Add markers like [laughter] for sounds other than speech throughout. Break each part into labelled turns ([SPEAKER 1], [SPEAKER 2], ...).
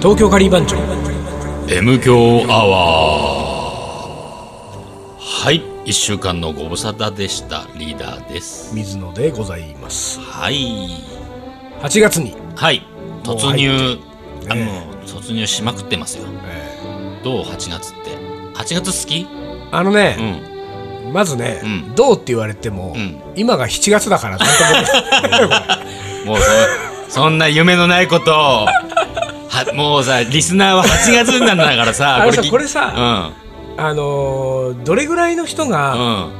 [SPEAKER 1] 東京カリー番長
[SPEAKER 2] M 強アワーはい1週間のご無沙汰でしたリーダーです
[SPEAKER 1] 水野でございます
[SPEAKER 2] はい
[SPEAKER 1] 8月に、
[SPEAKER 2] はい
[SPEAKER 1] もう
[SPEAKER 2] 突入
[SPEAKER 1] て
[SPEAKER 2] あ
[SPEAKER 1] ね
[SPEAKER 2] もう突入しまくってますよどう8月って8月好き
[SPEAKER 1] あの
[SPEAKER 2] う
[SPEAKER 1] ね、
[SPEAKER 2] ん
[SPEAKER 1] まずね、
[SPEAKER 2] うん
[SPEAKER 1] どうって言われても、
[SPEAKER 2] うん
[SPEAKER 1] 今が7月だからなんとも
[SPEAKER 2] もうそ [laughs] そんな夢のないことをはもうさリスナーは8月なんだからさ
[SPEAKER 1] あのさ
[SPEAKER 2] き
[SPEAKER 1] これさ
[SPEAKER 2] [laughs]
[SPEAKER 1] あのーどれぐらいの人
[SPEAKER 2] うん
[SPEAKER 1] が、
[SPEAKER 2] うん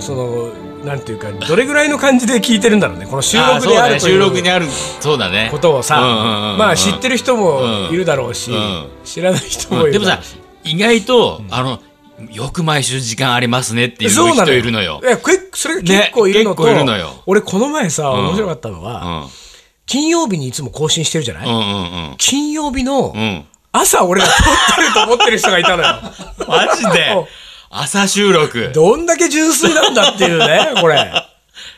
[SPEAKER 1] そのなんていうかどれぐらいの感じで聞いてるんだろうねこの収
[SPEAKER 2] あー
[SPEAKER 1] 録
[SPEAKER 2] そう
[SPEAKER 1] で
[SPEAKER 2] だ
[SPEAKER 1] ある
[SPEAKER 2] ね
[SPEAKER 1] とい
[SPEAKER 2] 収録に
[SPEAKER 1] う
[SPEAKER 2] あるそうだね
[SPEAKER 1] ことをさ、
[SPEAKER 2] うんうんうんうん
[SPEAKER 1] まあ知ってる人も
[SPEAKER 2] うん
[SPEAKER 1] いるだろうし、
[SPEAKER 2] うん
[SPEAKER 1] 知らない人も
[SPEAKER 2] う
[SPEAKER 1] い
[SPEAKER 2] んで
[SPEAKER 1] る
[SPEAKER 2] も
[SPEAKER 1] だ
[SPEAKER 2] さ
[SPEAKER 1] ろうし、
[SPEAKER 2] 意外と、あの、よく毎週時間ありますねっていう
[SPEAKER 1] そうな
[SPEAKER 2] 人いるのよ。
[SPEAKER 1] いやけそれが結構いるのと、
[SPEAKER 2] ね結構いるのよ
[SPEAKER 1] 俺この前さ、面白かったの
[SPEAKER 2] う
[SPEAKER 1] は、
[SPEAKER 2] ん。
[SPEAKER 1] 金曜日にいつも更新してるじゃない、
[SPEAKER 2] うんうん
[SPEAKER 1] 金曜日の [laughs]
[SPEAKER 2] うん。うん。
[SPEAKER 1] 朝俺が撮ってると思ってる人がい
[SPEAKER 2] [laughs]
[SPEAKER 1] たのよ。
[SPEAKER 2] マジ
[SPEAKER 1] うん
[SPEAKER 2] で朝収録。
[SPEAKER 1] どんだけ純粋なんだっていうね、これ。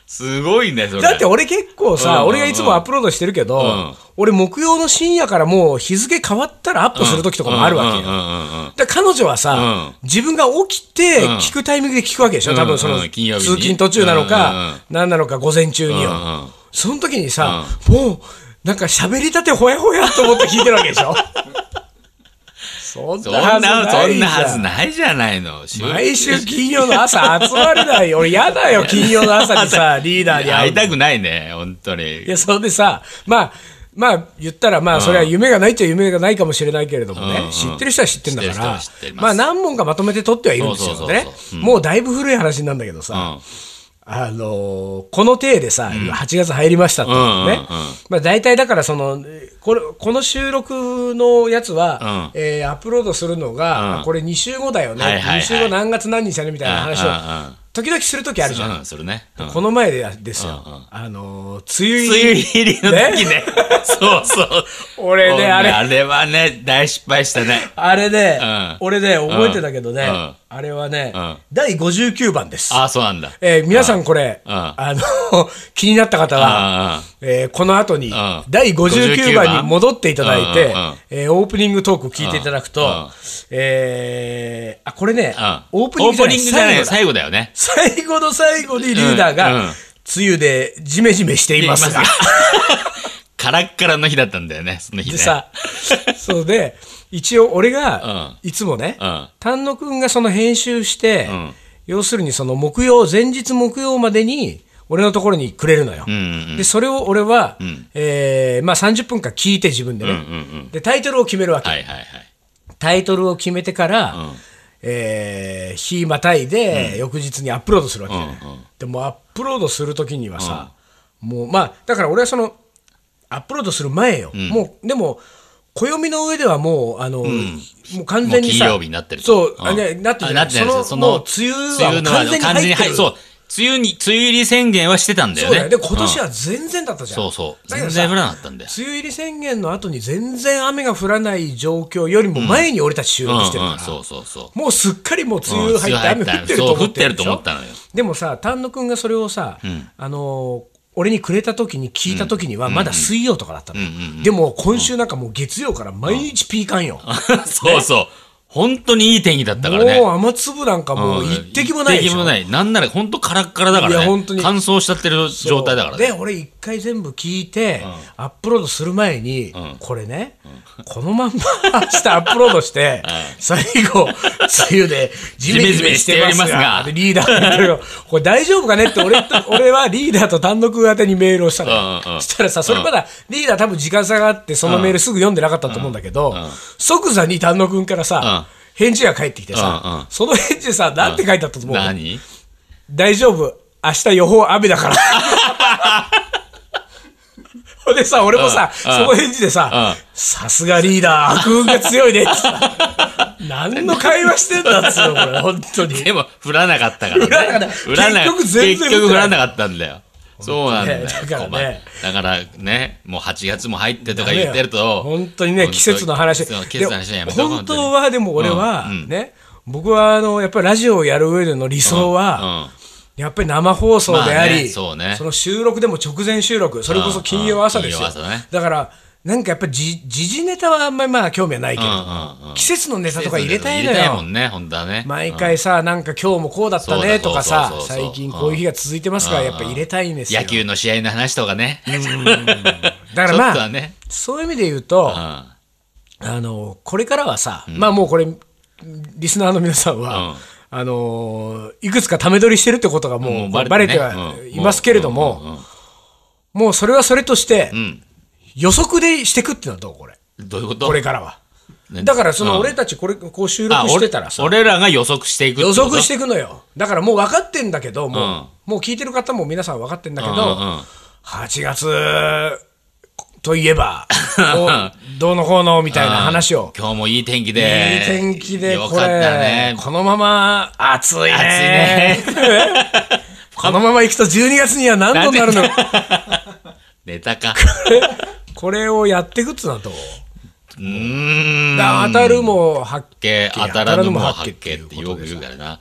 [SPEAKER 2] すごいね、それ。
[SPEAKER 1] だって俺結構
[SPEAKER 2] うんうん
[SPEAKER 1] さ、
[SPEAKER 2] うん
[SPEAKER 1] 俺がいつもアップロードしてるけど、
[SPEAKER 2] ん
[SPEAKER 1] 俺木曜の深夜からもう日付変わったらアップする時とかもあるわけよ。
[SPEAKER 2] うんうんうんうんうん
[SPEAKER 1] だから彼女はさ、
[SPEAKER 2] う
[SPEAKER 1] 自分が起きて
[SPEAKER 2] ん
[SPEAKER 1] 聞くタイミングで聞くわけでしょ、多分その
[SPEAKER 2] うんう
[SPEAKER 1] 通
[SPEAKER 2] ん金曜日に
[SPEAKER 1] 勤途中なの
[SPEAKER 2] うんうんうん
[SPEAKER 1] か、何なのか午前中によ
[SPEAKER 2] うんうん。
[SPEAKER 1] その時にさ、もうなんか喋りたてほやほやと思って聞いてるわけでし
[SPEAKER 2] [laughs]
[SPEAKER 1] ょ。そん
[SPEAKER 2] そ
[SPEAKER 1] なんはず
[SPEAKER 2] な、
[SPEAKER 1] な
[SPEAKER 2] そ
[SPEAKER 1] い
[SPEAKER 2] ん
[SPEAKER 1] じ
[SPEAKER 2] な
[SPEAKER 1] ゃ
[SPEAKER 2] は
[SPEAKER 1] ん
[SPEAKER 2] ずないじゃないの。週
[SPEAKER 1] 毎週金曜の
[SPEAKER 2] [laughs]
[SPEAKER 1] 朝集まれないよ。俺やだよ、金曜の朝にさ、リーダーに
[SPEAKER 2] 会
[SPEAKER 1] 会う
[SPEAKER 2] い
[SPEAKER 1] の。
[SPEAKER 2] た
[SPEAKER 1] い
[SPEAKER 2] くないね、本当に。
[SPEAKER 1] や、それでさ、まあ、まあ、言ったら、まあ、それは夢がないっちゃ夢がないかもしれないけれどもね、
[SPEAKER 2] うん
[SPEAKER 1] 知ってる人は知ってんだか
[SPEAKER 2] 知ってる人
[SPEAKER 1] ら
[SPEAKER 2] は知って、ます
[SPEAKER 1] まあ、何本かまとめて撮ってはいるんですよ
[SPEAKER 2] そうそうそう
[SPEAKER 1] ね
[SPEAKER 2] そう。
[SPEAKER 1] もうだいぶ古い話なんだけど
[SPEAKER 2] う
[SPEAKER 1] さ、
[SPEAKER 2] ん。
[SPEAKER 1] あのーこの体でさ、8月入りましたってね
[SPEAKER 2] うんうんうん、
[SPEAKER 1] まあ、大体だから、その、これ、この収録のやつは、
[SPEAKER 2] う
[SPEAKER 1] えーアップロードするのが、
[SPEAKER 2] うん
[SPEAKER 1] これ2週後だよ
[SPEAKER 2] はいは
[SPEAKER 1] ね、
[SPEAKER 2] いはい
[SPEAKER 1] 2週後何月何日だねみたいな話を
[SPEAKER 2] うんうんうん、
[SPEAKER 1] 時々するときあるじゃん。
[SPEAKER 2] うん、するね。うん
[SPEAKER 1] この前でですよ、
[SPEAKER 2] うんうん
[SPEAKER 1] あのー梅雨
[SPEAKER 2] 梅
[SPEAKER 1] 入り
[SPEAKER 2] 雨入りの時ね。 [laughs] そうそう。
[SPEAKER 1] 俺ね
[SPEAKER 2] もう
[SPEAKER 1] あれ
[SPEAKER 2] あれはね、大失敗したね。
[SPEAKER 1] あれね、
[SPEAKER 2] うん
[SPEAKER 1] 俺ね覚えてたけどね、
[SPEAKER 2] うん
[SPEAKER 1] あれはね、
[SPEAKER 2] うん
[SPEAKER 1] 第59番です、
[SPEAKER 2] ああ、そうなんだ。
[SPEAKER 1] えー皆さんこれ、
[SPEAKER 2] うん
[SPEAKER 1] あの [laughs] 気になった方は、えーこの後に、
[SPEAKER 2] ん
[SPEAKER 1] 第59
[SPEAKER 2] 59
[SPEAKER 1] 番に戻っていただいて、
[SPEAKER 2] うんうんうん
[SPEAKER 1] えーオープニングトーク聞いていただくと、
[SPEAKER 2] うん
[SPEAKER 1] えーあこれね、
[SPEAKER 2] うん
[SPEAKER 1] オープニングじゃない
[SPEAKER 2] じゃないよ
[SPEAKER 1] 最後だ
[SPEAKER 2] 最後だよね。
[SPEAKER 1] 最後の最後にリーダーが、
[SPEAKER 2] うんうん
[SPEAKER 1] 梅雨でジメジメしていますが
[SPEAKER 2] い。 [laughs] カラッカラの日だったんだよね、その日
[SPEAKER 1] [laughs]
[SPEAKER 2] ね。
[SPEAKER 1] でさ、そうで、一応俺が、いつもね
[SPEAKER 2] うん、
[SPEAKER 1] 丹野くんがその編集して
[SPEAKER 2] ん、
[SPEAKER 1] 要するにその木曜、前日木曜までに、俺のところにくれるのよ
[SPEAKER 2] う。んうん
[SPEAKER 1] で、それを俺は、えーまあ30分間聞いて自分でね。で、タイトルを決めるわけ。
[SPEAKER 2] はいはいはい。
[SPEAKER 1] タイトルを決めてから、えー日またいで、翌日にアップロードするわけ、ね
[SPEAKER 2] うんうん
[SPEAKER 1] でもアップロードするときにはさ、もうまあだから俺はそのアップロードする前よ、もうでも暦の上ではもうあの、もう完全にさ
[SPEAKER 2] もう金曜日になってると
[SPEAKER 1] そう、あ
[SPEAKER 2] うん
[SPEAKER 1] ねなってるじゃな
[SPEAKER 2] あないってない
[SPEAKER 1] その
[SPEAKER 2] そ
[SPEAKER 1] も
[SPEAKER 2] の
[SPEAKER 1] う梅雨はもう完全に
[SPEAKER 2] 完全
[SPEAKER 1] 入
[SPEAKER 2] に
[SPEAKER 1] ってる
[SPEAKER 2] そう。梅雨に、梅雨入り宣言はしてたんだ
[SPEAKER 1] そ
[SPEAKER 2] よ
[SPEAKER 1] う
[SPEAKER 2] ね。
[SPEAKER 1] だよで今年
[SPEAKER 2] は。
[SPEAKER 1] は全然だったじゃん、
[SPEAKER 2] そうそう。
[SPEAKER 1] だけど
[SPEAKER 2] 全
[SPEAKER 1] さ
[SPEAKER 2] 然降らなかったんだよ。
[SPEAKER 1] 梅雨入り宣言の後に全然雨が降らない状況よりも前に俺たち収録してる
[SPEAKER 2] う
[SPEAKER 1] か
[SPEAKER 2] ん
[SPEAKER 1] ら、
[SPEAKER 2] うん、そうそうそ
[SPEAKER 1] もうすっかりもう梅雨入って
[SPEAKER 2] うん
[SPEAKER 1] 雨降
[SPEAKER 2] 梅雨入
[SPEAKER 1] っ
[SPEAKER 2] ってて
[SPEAKER 1] ると思
[SPEAKER 2] そ
[SPEAKER 1] ってるでしょ
[SPEAKER 2] う降ってると思ったのよ
[SPEAKER 1] でもさ丹野くんがそれをさ、あのー俺にくれた時に聞いた時にはまだ水曜とかだったの、でも今週なんかもう月曜から毎日ピーカンよ、
[SPEAKER 2] う。そうそう。本当にいい天 [laughs] 気だったからね。
[SPEAKER 1] もう雨粒なんかもう一滴もないで
[SPEAKER 2] 一
[SPEAKER 1] し
[SPEAKER 2] 滴
[SPEAKER 1] ょ、
[SPEAKER 2] もない。なんなら本当カラッカラだからね。
[SPEAKER 1] いや本当に
[SPEAKER 2] 乾燥しちゃってる状態だからね。
[SPEAKER 1] で俺一回全部聞いて、アップロードする前に、これね、このまんま明日アップロードして、最後梅雨でジメジメしてますが
[SPEAKER 2] ジメジメしておりますが
[SPEAKER 1] でリーダーに言ってるこれ大丈夫かねって俺と俺はリーダーと単独宛てにメールをしたのよ、
[SPEAKER 2] うんうん
[SPEAKER 1] そしたらさそれまだリーダー多分時間差があってそのメールすぐ読んでなかったと思うんだけど、即座に丹野くんからさ、返事が返ってきてさ、
[SPEAKER 2] うんうん
[SPEAKER 1] その返事さ、なんて書いてあったと思う、
[SPEAKER 2] 何
[SPEAKER 1] 大丈夫明日予報雨だから。 [laughs] ほんでさ、俺もさ、そ
[SPEAKER 2] うん
[SPEAKER 1] の返事でさ
[SPEAKER 2] うん、
[SPEAKER 1] さすがリーダー、悪運が強いねってさ何の会話してんだっつうの、これ、本当に。
[SPEAKER 2] でも、降らなかったからね。
[SPEAKER 1] 降らなかった
[SPEAKER 2] 降らな
[SPEAKER 1] 結局全然
[SPEAKER 2] 結
[SPEAKER 1] 降っ
[SPEAKER 2] 局
[SPEAKER 1] て
[SPEAKER 2] 降
[SPEAKER 1] ない
[SPEAKER 2] らなかったんだよ。そうなんだよ。
[SPEAKER 1] だからね
[SPEAKER 2] 困るだからね、もう8月も入ってとか言ってると。
[SPEAKER 1] 本当にね、季節の話。
[SPEAKER 2] 季節の季節の話はやめと
[SPEAKER 1] で
[SPEAKER 2] こう
[SPEAKER 1] 本当は、でも俺は
[SPEAKER 2] うんう、ん
[SPEAKER 1] ね、僕は、あの、やっぱりラジオをやる上での理想は、やっぱり生放送であ
[SPEAKER 2] まあ
[SPEAKER 1] り、
[SPEAKER 2] ねそうね
[SPEAKER 1] の収録でも直前収録、それこそ金曜朝ですよ。
[SPEAKER 2] うんうん金曜朝ね
[SPEAKER 1] だから、なんかやっぱじ時事ネタはあんまりまあ興味はないけど、
[SPEAKER 2] うんうんうん
[SPEAKER 1] 季節のネタとか入れたいの
[SPEAKER 2] 入れたい
[SPEAKER 1] よ
[SPEAKER 2] も。んね、本当はね。
[SPEAKER 1] 毎回さ、なんか今日もこうだったねとかさ
[SPEAKER 2] そう、だそうそうそうそ
[SPEAKER 1] 最
[SPEAKER 2] う
[SPEAKER 1] 近こういう日が続いてますから、やっぱ入れたいんですよ。
[SPEAKER 2] 野球の試合の話とかね。
[SPEAKER 1] だか
[SPEAKER 2] ち
[SPEAKER 1] ら
[SPEAKER 2] ょ
[SPEAKER 1] ま
[SPEAKER 2] っとは
[SPEAKER 1] あ、
[SPEAKER 2] ね。
[SPEAKER 1] そういう意味で言うと、
[SPEAKER 2] うん
[SPEAKER 1] あの、これからはさ、まあもうこれ、リスナーの皆さんは、
[SPEAKER 2] うん
[SPEAKER 1] あのいくつかため撮りしてるってことがもう
[SPEAKER 2] もう
[SPEAKER 1] バ
[SPEAKER 2] バ
[SPEAKER 1] レ
[SPEAKER 2] レ
[SPEAKER 1] て
[SPEAKER 2] てね
[SPEAKER 1] はい
[SPEAKER 2] うん
[SPEAKER 1] ますけれども、もうそれはそれとして、
[SPEAKER 2] ん
[SPEAKER 1] 予測でしてくっていうのはどうこれ。
[SPEAKER 2] どういうこと
[SPEAKER 1] これからは。
[SPEAKER 2] ね
[SPEAKER 1] だからその
[SPEAKER 2] うん
[SPEAKER 1] 俺たちこれ、こう収録してたらさ
[SPEAKER 2] あ、俺俺らが予測していくって
[SPEAKER 1] 予
[SPEAKER 2] こと
[SPEAKER 1] 測していくのよ。だからもう分かってんだけど、もう、
[SPEAKER 2] うん
[SPEAKER 1] もう聞いてる方も皆さん分かってんだけど、
[SPEAKER 2] うんうんうん
[SPEAKER 1] 8月といえ
[SPEAKER 2] [laughs]
[SPEAKER 1] ば、こうどうのこうのみたいな話を。
[SPEAKER 2] 今日もいい天気で。
[SPEAKER 1] いい天気で、
[SPEAKER 2] よ
[SPEAKER 1] こ
[SPEAKER 2] かった
[SPEAKER 1] れ、
[SPEAKER 2] ね。
[SPEAKER 1] このまま暑いね。 [laughs]
[SPEAKER 2] 暑い
[SPEAKER 1] このまま行くと12月には何度になるの
[SPEAKER 2] ネタ
[SPEAKER 1] [laughs]
[SPEAKER 2] か。
[SPEAKER 1] これをやっていくっつうのはどう
[SPEAKER 2] うーん。
[SPEAKER 1] だから当たるも発
[SPEAKER 2] 発見
[SPEAKER 1] 見
[SPEAKER 2] 当たらぬ
[SPEAKER 1] 当たら
[SPEAKER 2] も
[SPEAKER 1] ぬも
[SPEAKER 2] 発
[SPEAKER 1] 発見
[SPEAKER 2] 見ってよく言うからな。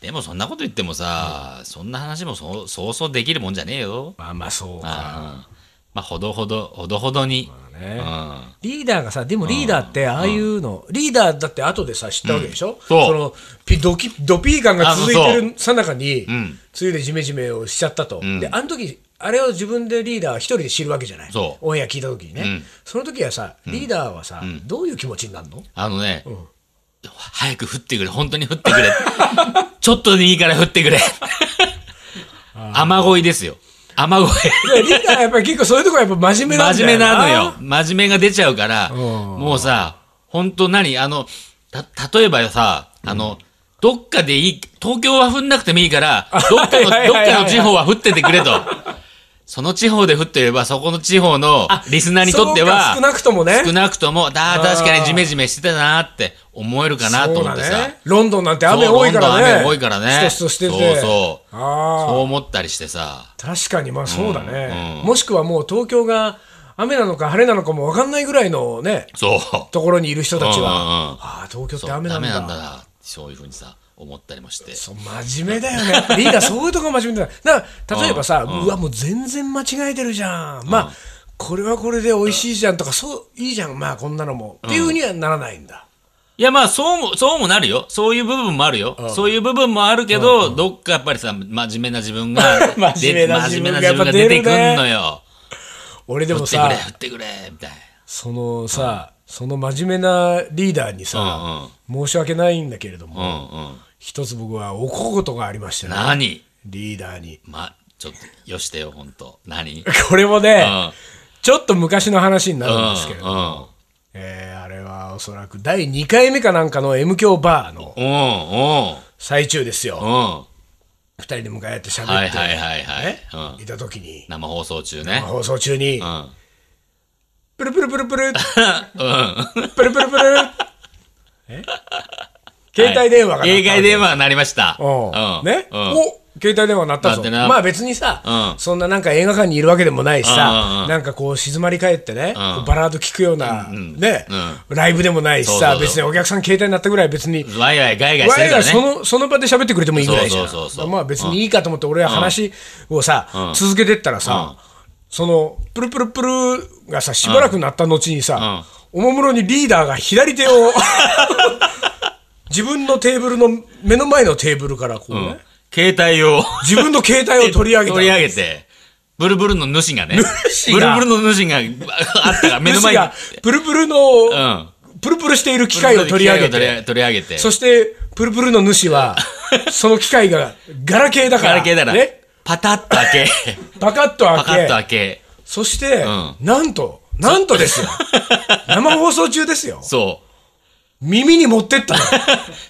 [SPEAKER 2] でもそんなこと言ってもさ、そんな話もそうそうそうできるもんじゃねえよ。
[SPEAKER 1] まあまあそう
[SPEAKER 2] うん
[SPEAKER 1] か。
[SPEAKER 2] まあ、ほどほど、ほどほどに。
[SPEAKER 1] ね
[SPEAKER 2] うん
[SPEAKER 1] リーダーがさ、でもリーダーってああいうの、リーダーだって後でさ、知ったわけでしょ、
[SPEAKER 2] そう
[SPEAKER 1] のピドキドピー感が続いて
[SPEAKER 2] あそ
[SPEAKER 1] るさなかに、
[SPEAKER 2] ん
[SPEAKER 1] 梅雨でジメジメをしちゃったと、であの時あれを自分でリーダーは一人で知るわけじゃない、
[SPEAKER 2] そう
[SPEAKER 1] オンエア聞いた時にね、その時はさ、リーダーはさ、どういう気持ちになるの [laughs]
[SPEAKER 2] あのね、早く降ってくれ、本当に降ってくれ。 [laughs] ちょっとでいいから降ってくれ。雨乞いですよ。雨乞
[SPEAKER 1] で
[SPEAKER 2] い。
[SPEAKER 1] リーダーはやっぱり結構そういうところやっぱ真面目なんだ
[SPEAKER 2] 真
[SPEAKER 1] よ
[SPEAKER 2] 面目なのよ。真面目が出ちゃうから、もうさ、本当何あの、た、例えばよさ、あの、どっかでいい、東京は降んなくてもいいから、どっかの、ど
[SPEAKER 1] [laughs]
[SPEAKER 2] っ
[SPEAKER 1] はいはいはいはい
[SPEAKER 2] かの地方は降っててくれと。 [laughs] その地方で降ってれば、そこの地方のリスナーにとっては
[SPEAKER 1] そうか少、なくともね
[SPEAKER 2] 少なくとも、だー
[SPEAKER 1] あー
[SPEAKER 2] 確かにジメジメしてたなーって思えるかなと思って
[SPEAKER 1] そうだ
[SPEAKER 2] さ
[SPEAKER 1] ね。ロンドンなんて雨多いから
[SPEAKER 2] そうロンドン
[SPEAKER 1] ね
[SPEAKER 2] 雨多いから
[SPEAKER 1] スト
[SPEAKER 2] ね
[SPEAKER 1] ストしてて
[SPEAKER 2] そうそう
[SPEAKER 1] ああ
[SPEAKER 2] そう思ったりしてさ。
[SPEAKER 1] 確かにまあそうだね、
[SPEAKER 2] うん
[SPEAKER 1] もしくはもう東京が雨なのか晴れなのかも分かんないぐらいのね
[SPEAKER 2] そう。
[SPEAKER 1] ところにいる人たちは、
[SPEAKER 2] うんうんうん
[SPEAKER 1] ああ東京って
[SPEAKER 2] そうダ
[SPEAKER 1] 雨
[SPEAKER 2] メ
[SPEAKER 1] なんだ
[SPEAKER 2] なんだな。そういうふうにさ、思ったりもして。
[SPEAKER 1] そう真面目だ
[SPEAKER 2] [laughs]
[SPEAKER 1] よねやっぱリーダーそういうとこ真面目だだから例えばさ、うわもう全然間違えてるじゃんまあ、これはこれで美味しいじゃんとかそういいじゃんまあこんなのも、っていうふうにはならないんだ
[SPEAKER 2] いやまあそうも、そうもなるよ。そういう部分もあるよ。そういう部分もあるけど、どっかやっぱりさ、真面目な自分が、
[SPEAKER 1] [laughs]
[SPEAKER 2] で
[SPEAKER 1] 真面目な自分がやっぱ
[SPEAKER 2] 真面目な自分が出
[SPEAKER 1] 出
[SPEAKER 2] て
[SPEAKER 1] るね
[SPEAKER 2] くんのよ。
[SPEAKER 1] 俺で
[SPEAKER 2] 振
[SPEAKER 1] も
[SPEAKER 2] ってく
[SPEAKER 1] さ
[SPEAKER 2] れ、振ってくれ、みたい
[SPEAKER 1] そのさ、その真面目なリーダーにさ、
[SPEAKER 2] な。
[SPEAKER 1] 申し訳ないんだけれど
[SPEAKER 2] う
[SPEAKER 1] も、
[SPEAKER 2] んうん。うんうん。
[SPEAKER 1] 一つ僕は怒ることがありましてね
[SPEAKER 2] 何
[SPEAKER 1] リーダーに
[SPEAKER 2] ま、ちょっと、よしてよ、ほんと。
[SPEAKER 1] [laughs]
[SPEAKER 2] 何うん。
[SPEAKER 1] これもね、
[SPEAKER 2] うん
[SPEAKER 1] ちょっと昔の話になるんですけど、
[SPEAKER 2] うん。
[SPEAKER 1] えーあれはおそらく第2回目かなんかの M 響バーの
[SPEAKER 2] うん、うん、
[SPEAKER 1] 最中ですよ、
[SPEAKER 2] うん。
[SPEAKER 1] 2人で向かい合って喋
[SPEAKER 2] はい
[SPEAKER 1] って、
[SPEAKER 2] はいいはいはい。うん、
[SPEAKER 1] た時に、
[SPEAKER 2] 生放送中ね。
[SPEAKER 1] 放送中に
[SPEAKER 2] う、ん。
[SPEAKER 1] プルプルプルプル、
[SPEAKER 2] うん。
[SPEAKER 1] プル
[SPEAKER 2] [laughs]
[SPEAKER 1] プルプル、え [laughs] 携帯電話が鳴ったわけ
[SPEAKER 2] はい携帯電話がなりました。
[SPEAKER 1] お
[SPEAKER 2] うん
[SPEAKER 1] ね、
[SPEAKER 2] うん
[SPEAKER 1] お携帯電話なったぞ
[SPEAKER 2] なってな
[SPEAKER 1] まあ別にさ、
[SPEAKER 2] うん
[SPEAKER 1] そんななんか映画館にいるわけでもないしさ、
[SPEAKER 2] うんうんうん
[SPEAKER 1] なんかこう静まり返ってね、こうバラード聴くような、
[SPEAKER 2] ん
[SPEAKER 1] ね、ライブでもないしさ
[SPEAKER 2] そうそうそう
[SPEAKER 1] 別にお客さん携帯になったぐらい別に、
[SPEAKER 2] ワイワイガイガイして
[SPEAKER 1] 我
[SPEAKER 2] るか
[SPEAKER 1] 々
[SPEAKER 2] ら
[SPEAKER 1] は
[SPEAKER 2] ね。
[SPEAKER 1] そのその場で喋ってくれてもいいぐらいじゃん
[SPEAKER 2] そうそうそうそう
[SPEAKER 1] まあ別にいいかと思って俺は話をさ、
[SPEAKER 2] ん
[SPEAKER 1] 続けてったらさ、そのプルプルプルがさしばらくなった後にさ、おもむろにリーダーが左手を [laughs] 自分のテーブルの目の前のテーブルからこうね、
[SPEAKER 2] うん携帯を
[SPEAKER 1] 自分の携帯を取り上げた
[SPEAKER 2] 取り上げて、ブルブルの主がね。
[SPEAKER 1] 主が
[SPEAKER 2] ブルブルの主がああったから、目の
[SPEAKER 1] 主
[SPEAKER 2] 前に。
[SPEAKER 1] がプルプルの、
[SPEAKER 2] うん。
[SPEAKER 1] プルプルしている機械を取り上げ
[SPEAKER 2] 取り上
[SPEAKER 1] て
[SPEAKER 2] げ取り上げて。
[SPEAKER 1] そしてプルプルの主はその機械がガラケーだから
[SPEAKER 2] ガラケーだから、
[SPEAKER 1] ね、
[SPEAKER 2] パタッと開け、
[SPEAKER 1] パカッと [laughs] 開け
[SPEAKER 2] パカッと開け。
[SPEAKER 1] そして、
[SPEAKER 2] ん
[SPEAKER 1] なんと、なんとですよ。生放送中ですよ。
[SPEAKER 2] そう。
[SPEAKER 1] 耳に持ってったの。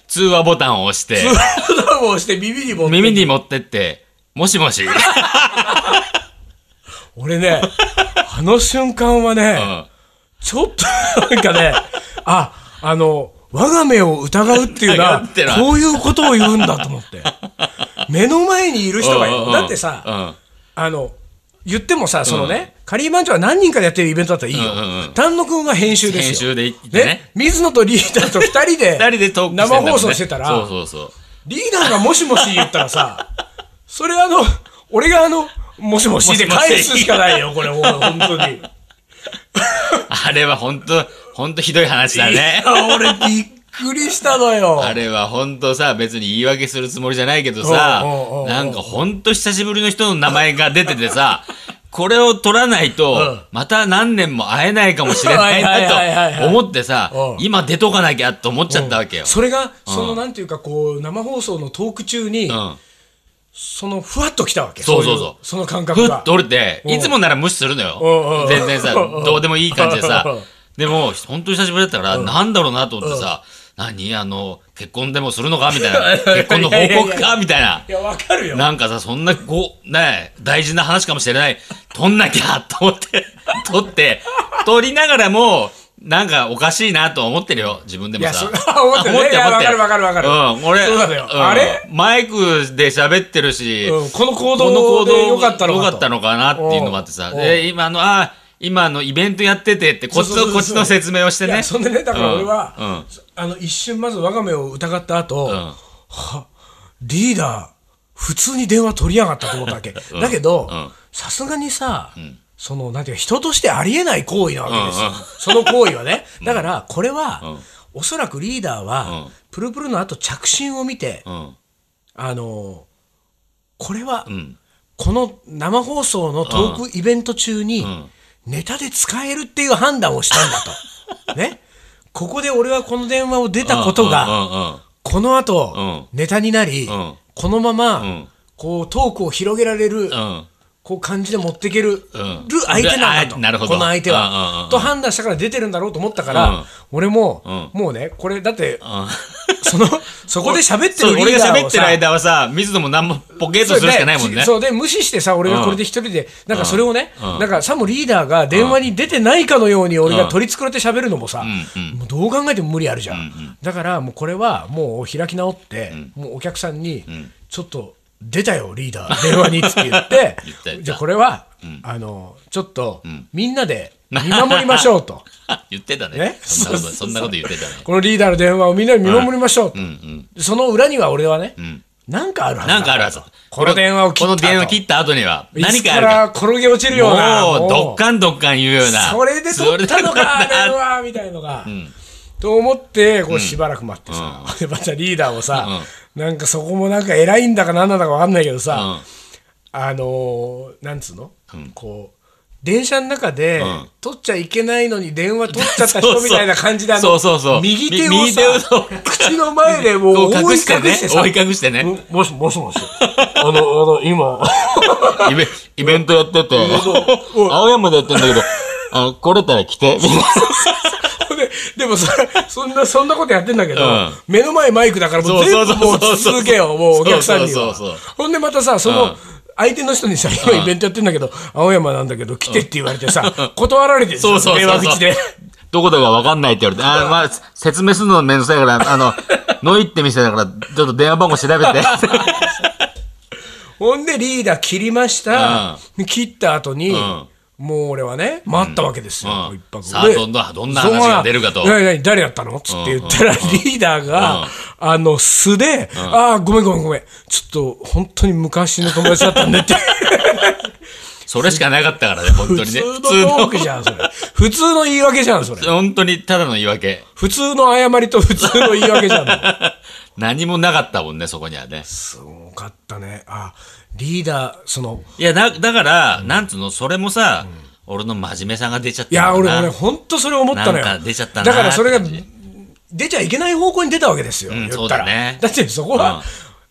[SPEAKER 2] 通話ボタンを押して、
[SPEAKER 1] ボタンを押して耳に持って
[SPEAKER 2] 耳に持ってって、もしも
[SPEAKER 1] [laughs]
[SPEAKER 2] し。
[SPEAKER 1] 俺ね、あの瞬間はね、
[SPEAKER 2] うん
[SPEAKER 1] ちょっとなんかね、あ、あの、我が目を疑うっていうのは
[SPEAKER 2] 疑ってな
[SPEAKER 1] こういうことを言うんだと思って。目の前にいる人がい
[SPEAKER 2] うんうんう
[SPEAKER 1] る。
[SPEAKER 2] ん
[SPEAKER 1] だってさ、
[SPEAKER 2] うん
[SPEAKER 1] あの、言ってもさ、そのね、カリーマンチョは何人かでやってるイベントだったらいいよ。
[SPEAKER 2] うんうんうん
[SPEAKER 1] 丹野くんが編集ですよ。
[SPEAKER 2] 編集で行ってね、
[SPEAKER 1] 水野とリーダーと二人で
[SPEAKER 2] [laughs] 二人でトークしてんだも
[SPEAKER 1] 生
[SPEAKER 2] んね
[SPEAKER 1] 放送してたら、
[SPEAKER 2] そうそうそう。
[SPEAKER 1] リーダーがもしもし言ったらさ、 [laughs] それあの、
[SPEAKER 2] [laughs]
[SPEAKER 1] 俺があの、もしもしで返すしかないよ、これ、ほんとに。
[SPEAKER 2] あれは本当本当ひどい話だね。
[SPEAKER 1] 俺びっくりしたのよ。
[SPEAKER 2] あれは本当さ、別に言い訳するつもりじゃないけどさ
[SPEAKER 1] おうおうおうお、う
[SPEAKER 2] なんか本当久しぶりの人の名前が出ててさ、 [laughs] これを取らないと、また何年も会えないかもしれない
[SPEAKER 1] はいはいはいはい
[SPEAKER 2] な
[SPEAKER 1] はい
[SPEAKER 2] と思ってさ
[SPEAKER 1] うん、
[SPEAKER 2] 今出とかなきゃと思っちゃったわけよ。
[SPEAKER 1] それが、そのなんていうか、こう、生放送のトーク中に、
[SPEAKER 2] うん。
[SPEAKER 1] その、ふわっと来たわけ。
[SPEAKER 2] そうそう
[SPEAKER 1] い
[SPEAKER 2] そう
[SPEAKER 1] その感覚
[SPEAKER 2] ふ
[SPEAKER 1] が
[SPEAKER 2] っと。折れて、
[SPEAKER 1] うん
[SPEAKER 2] いつもなら無視するの
[SPEAKER 1] うんう
[SPEAKER 2] よ
[SPEAKER 1] ん。
[SPEAKER 2] 全然さ、
[SPEAKER 1] うん
[SPEAKER 2] どうでもいい感じで
[SPEAKER 1] う
[SPEAKER 2] さ
[SPEAKER 1] ん。
[SPEAKER 2] でも、本当に久しぶりだったから、なんだろうなと思ってさ、何あの、結婚でもするのかみたい
[SPEAKER 1] [laughs]
[SPEAKER 2] な。結婚の報告かみたいな。
[SPEAKER 1] いや、わかるよ。
[SPEAKER 2] なんかさ、そんな、こう、ねえ、大事な話かもしれない。撮んなきゃと思って、 [laughs] 撮って、撮りながらも、なんかおかしいなと思ってるよ、自分でもさ。
[SPEAKER 1] いやそ思ってるねいやわかるわかるわかる
[SPEAKER 2] うん、俺、
[SPEAKER 1] そうなのよ
[SPEAKER 2] ん
[SPEAKER 1] あれ
[SPEAKER 2] マイクで喋ってるし、
[SPEAKER 1] うんこの行
[SPEAKER 2] この
[SPEAKER 1] 動
[SPEAKER 2] 行動
[SPEAKER 1] でよかったの
[SPEAKER 2] よ
[SPEAKER 1] か
[SPEAKER 2] か
[SPEAKER 1] と。
[SPEAKER 2] ったのかなっていうのもあってさ、
[SPEAKER 1] うん
[SPEAKER 2] で、今あの、あ、今あのイベントやっててって、こっち
[SPEAKER 1] そうそうそ
[SPEAKER 2] の、
[SPEAKER 1] う
[SPEAKER 2] こっちの説明をして
[SPEAKER 1] いや
[SPEAKER 2] ね。
[SPEAKER 1] そんでね、だから俺は、
[SPEAKER 2] うんうん
[SPEAKER 1] あの、一瞬まず我が目を疑った後、
[SPEAKER 2] うん
[SPEAKER 1] はリーダー、普通に電話取りやがったと思ったわけ。だけど
[SPEAKER 2] [laughs] うん、
[SPEAKER 1] さすがにさ、その、なんていうか、人としてありえない行為なわけですよ。
[SPEAKER 2] うんうん
[SPEAKER 1] その行為はね。だから、これは、
[SPEAKER 2] うん
[SPEAKER 1] おそらくリーダーは、
[SPEAKER 2] うん
[SPEAKER 1] プルプルの後着信を見て、
[SPEAKER 2] うん。
[SPEAKER 1] あのこれは、
[SPEAKER 2] ん
[SPEAKER 1] この生放送のトークイベント中に、
[SPEAKER 2] ん
[SPEAKER 1] ネタで使えるっていう判断をしたんだと。
[SPEAKER 2] [laughs]
[SPEAKER 1] ね。ここで俺はこの電話を出たことが、
[SPEAKER 2] うんうんうん
[SPEAKER 1] この後、ネタになり、
[SPEAKER 2] ん
[SPEAKER 1] このまま、
[SPEAKER 2] ん
[SPEAKER 1] こうトークを広げられる、
[SPEAKER 2] うん。うん。
[SPEAKER 1] こう感じで持っていける,、
[SPEAKER 2] ん
[SPEAKER 1] る相手なんだと
[SPEAKER 2] あなるほど
[SPEAKER 1] この相手は、
[SPEAKER 2] うんうんうん
[SPEAKER 1] と判断したから出てるんだろうと思ったから、
[SPEAKER 2] うん
[SPEAKER 1] 俺も、
[SPEAKER 2] う
[SPEAKER 1] もうねこれだって、
[SPEAKER 2] うん
[SPEAKER 1] そのそこで喋ってる
[SPEAKER 2] そう
[SPEAKER 1] リーダーをさ
[SPEAKER 2] 俺が喋ってる間はさ、水野も何もポケットするしかないもんね。
[SPEAKER 1] そうで無視してさ俺がこれで一人で、なんかそれをね、
[SPEAKER 2] うん
[SPEAKER 1] なんかさもリーダーが電話に出てないかのように俺が取り繕って喋るのもさ、
[SPEAKER 2] うんうん
[SPEAKER 1] もうどう考えても無理あるじゃん、だからもうこれはもう開き直って、もうお客さんに、ちょっと出たよリーダー電話にって言って
[SPEAKER 2] [laughs] 言った言った
[SPEAKER 1] じゃあこれは、あのちょっと、みんな
[SPEAKER 2] [laughs]
[SPEAKER 1] で見守りましょうと
[SPEAKER 2] [laughs] 言ってたね。
[SPEAKER 1] ね
[SPEAKER 2] そんなこと、そ
[SPEAKER 1] そうん
[SPEAKER 2] なこと言ってたね。
[SPEAKER 1] このリーダーの電話をみんなで見守りましょうと、その裏には俺はね、なんかあるはずだ
[SPEAKER 2] なんかあるはず。
[SPEAKER 1] この電話を切った
[SPEAKER 2] この電話
[SPEAKER 1] と
[SPEAKER 2] 切った後には、
[SPEAKER 1] 何か
[SPEAKER 2] 何か
[SPEAKER 1] あ
[SPEAKER 2] あ
[SPEAKER 1] る
[SPEAKER 2] る
[SPEAKER 1] から転げ落ちるような。
[SPEAKER 2] か。もう、どっ
[SPEAKER 1] ん。
[SPEAKER 2] かんどっかん言うような。
[SPEAKER 1] それで取ったのか、あれは、みたいのが。と思って、こうしばらく待ってさ、 [laughs] でまたリーダーをさ、なんかそこもなんか偉いんだか何なんだか分かんないけど
[SPEAKER 2] う
[SPEAKER 1] さ、
[SPEAKER 2] ん
[SPEAKER 1] あのー、なんつうの、こう、電車の中で、取っちゃいけないのに電話取っちゃった
[SPEAKER 2] そうそ
[SPEAKER 1] 人
[SPEAKER 2] う
[SPEAKER 1] みたいな感じで、あの
[SPEAKER 2] そうそうそう
[SPEAKER 1] 右手
[SPEAKER 2] み
[SPEAKER 1] を
[SPEAKER 2] 右手を
[SPEAKER 1] さ
[SPEAKER 2] そう、
[SPEAKER 1] 口の前でもう
[SPEAKER 2] こう
[SPEAKER 1] 覆い
[SPEAKER 2] 隠
[SPEAKER 1] 隠
[SPEAKER 2] してね
[SPEAKER 1] してさ、
[SPEAKER 2] 覆い隠してね
[SPEAKER 1] ももしもしもし、あの、あの、今、
[SPEAKER 2] イベイベントやってて、 [laughs] 青山でやってんだけど、あの、来れたら来て、み [laughs] たいな。
[SPEAKER 1] [laughs] ででもそそんな、そんなことやってんだけど、
[SPEAKER 2] うん
[SPEAKER 1] 目の前マイクだからもう
[SPEAKER 2] そ
[SPEAKER 1] 全
[SPEAKER 2] うそうそ
[SPEAKER 1] 部
[SPEAKER 2] う
[SPEAKER 1] もう続けよう、もうお客さんに
[SPEAKER 2] そう
[SPEAKER 1] は
[SPEAKER 2] そうそう。
[SPEAKER 1] ほんでまたさ、その、相手の人にさ、今イベントやってんだけど、青山なんだけど来てって言われてさ、断られてるんです
[SPEAKER 2] そう
[SPEAKER 1] よ
[SPEAKER 2] そうそう
[SPEAKER 1] 電
[SPEAKER 2] そう。
[SPEAKER 1] 話口で。
[SPEAKER 2] どこだかわかんないって言われて、あーまあ、説明するのめんどくさいから、あの、ノイって店だから、ちょっと電話番号調べて。
[SPEAKER 1] ほんでリーダー切りました。切った後に、
[SPEAKER 2] ん
[SPEAKER 1] もう俺はね、待ったわけですよ、
[SPEAKER 2] うん
[SPEAKER 1] 一泊
[SPEAKER 2] さあ
[SPEAKER 1] で
[SPEAKER 2] どんなどんな話が出るかと
[SPEAKER 1] そんな何々誰やったのつって言ったら、リーダーが、あの、素で、ああ、ごめんごめんごめん。ちょっと、本当に昔の友達だったんで
[SPEAKER 2] [laughs]
[SPEAKER 1] って。
[SPEAKER 2] それしかなかったか
[SPEAKER 1] [laughs]
[SPEAKER 2] らね、本当
[SPEAKER 1] 普
[SPEAKER 2] に
[SPEAKER 1] 通
[SPEAKER 2] ね。
[SPEAKER 1] のトークじゃん、それ。普通の言い訳じゃん、それ。
[SPEAKER 2] 本当にただの言い訳。 [laughs]
[SPEAKER 1] 普通の誤りと普通の言い訳じゃん。 [laughs]
[SPEAKER 2] 何もなかったもんね、そこにはね。
[SPEAKER 1] すごかったね。あ、リーダー、その、
[SPEAKER 2] いや、だ、だから、なんつうの、それもさ、俺の真面目さが出ちゃった
[SPEAKER 1] いや、
[SPEAKER 2] のか
[SPEAKER 1] 俺、
[SPEAKER 2] な
[SPEAKER 1] 俺、本当それ思ったのよ。
[SPEAKER 2] なんか出ちゃったな
[SPEAKER 1] だからそれが
[SPEAKER 2] って感じ、
[SPEAKER 1] 出ちゃいけない方向に出たわけですよ。
[SPEAKER 2] ん
[SPEAKER 1] 言った
[SPEAKER 2] そ
[SPEAKER 1] ら
[SPEAKER 2] うだね
[SPEAKER 1] だってそこは、
[SPEAKER 2] うん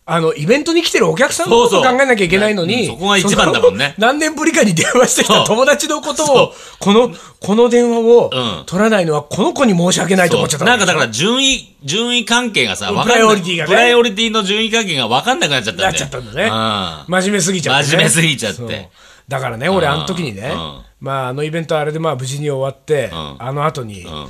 [SPEAKER 1] あの、イベントに来てるお客さんのこと
[SPEAKER 2] そ
[SPEAKER 1] を
[SPEAKER 2] う
[SPEAKER 1] 考
[SPEAKER 2] そう
[SPEAKER 1] えなきゃいけないのに、
[SPEAKER 2] うんそこが一番だもんね
[SPEAKER 1] その何年ぶりかに電話してきた
[SPEAKER 2] そう
[SPEAKER 1] 友達のこと
[SPEAKER 2] そ
[SPEAKER 1] を、この、この電話を
[SPEAKER 2] うん
[SPEAKER 1] 取らないのはこの子に申し訳ないと思っちゃった
[SPEAKER 2] な
[SPEAKER 1] わ
[SPEAKER 2] ん
[SPEAKER 1] けで
[SPEAKER 2] か
[SPEAKER 1] し
[SPEAKER 2] だ
[SPEAKER 1] ょ
[SPEAKER 2] から順位、順位関係がさ、わか
[SPEAKER 1] プ
[SPEAKER 2] んない
[SPEAKER 1] ライオリティがね
[SPEAKER 2] プライオリティの順位関係が分かんなくなっちゃったんだよ。
[SPEAKER 1] なっちゃったんだね。
[SPEAKER 2] うん。
[SPEAKER 1] 真面目すぎちゃって、ね。
[SPEAKER 2] 真面目すぎちゃって
[SPEAKER 1] そう。だからね、俺、
[SPEAKER 2] うん
[SPEAKER 1] あの時にね、
[SPEAKER 2] うん
[SPEAKER 1] まあ、あのイベントはあれでまあ無事に終わって、
[SPEAKER 2] ん
[SPEAKER 1] あの後に、やっ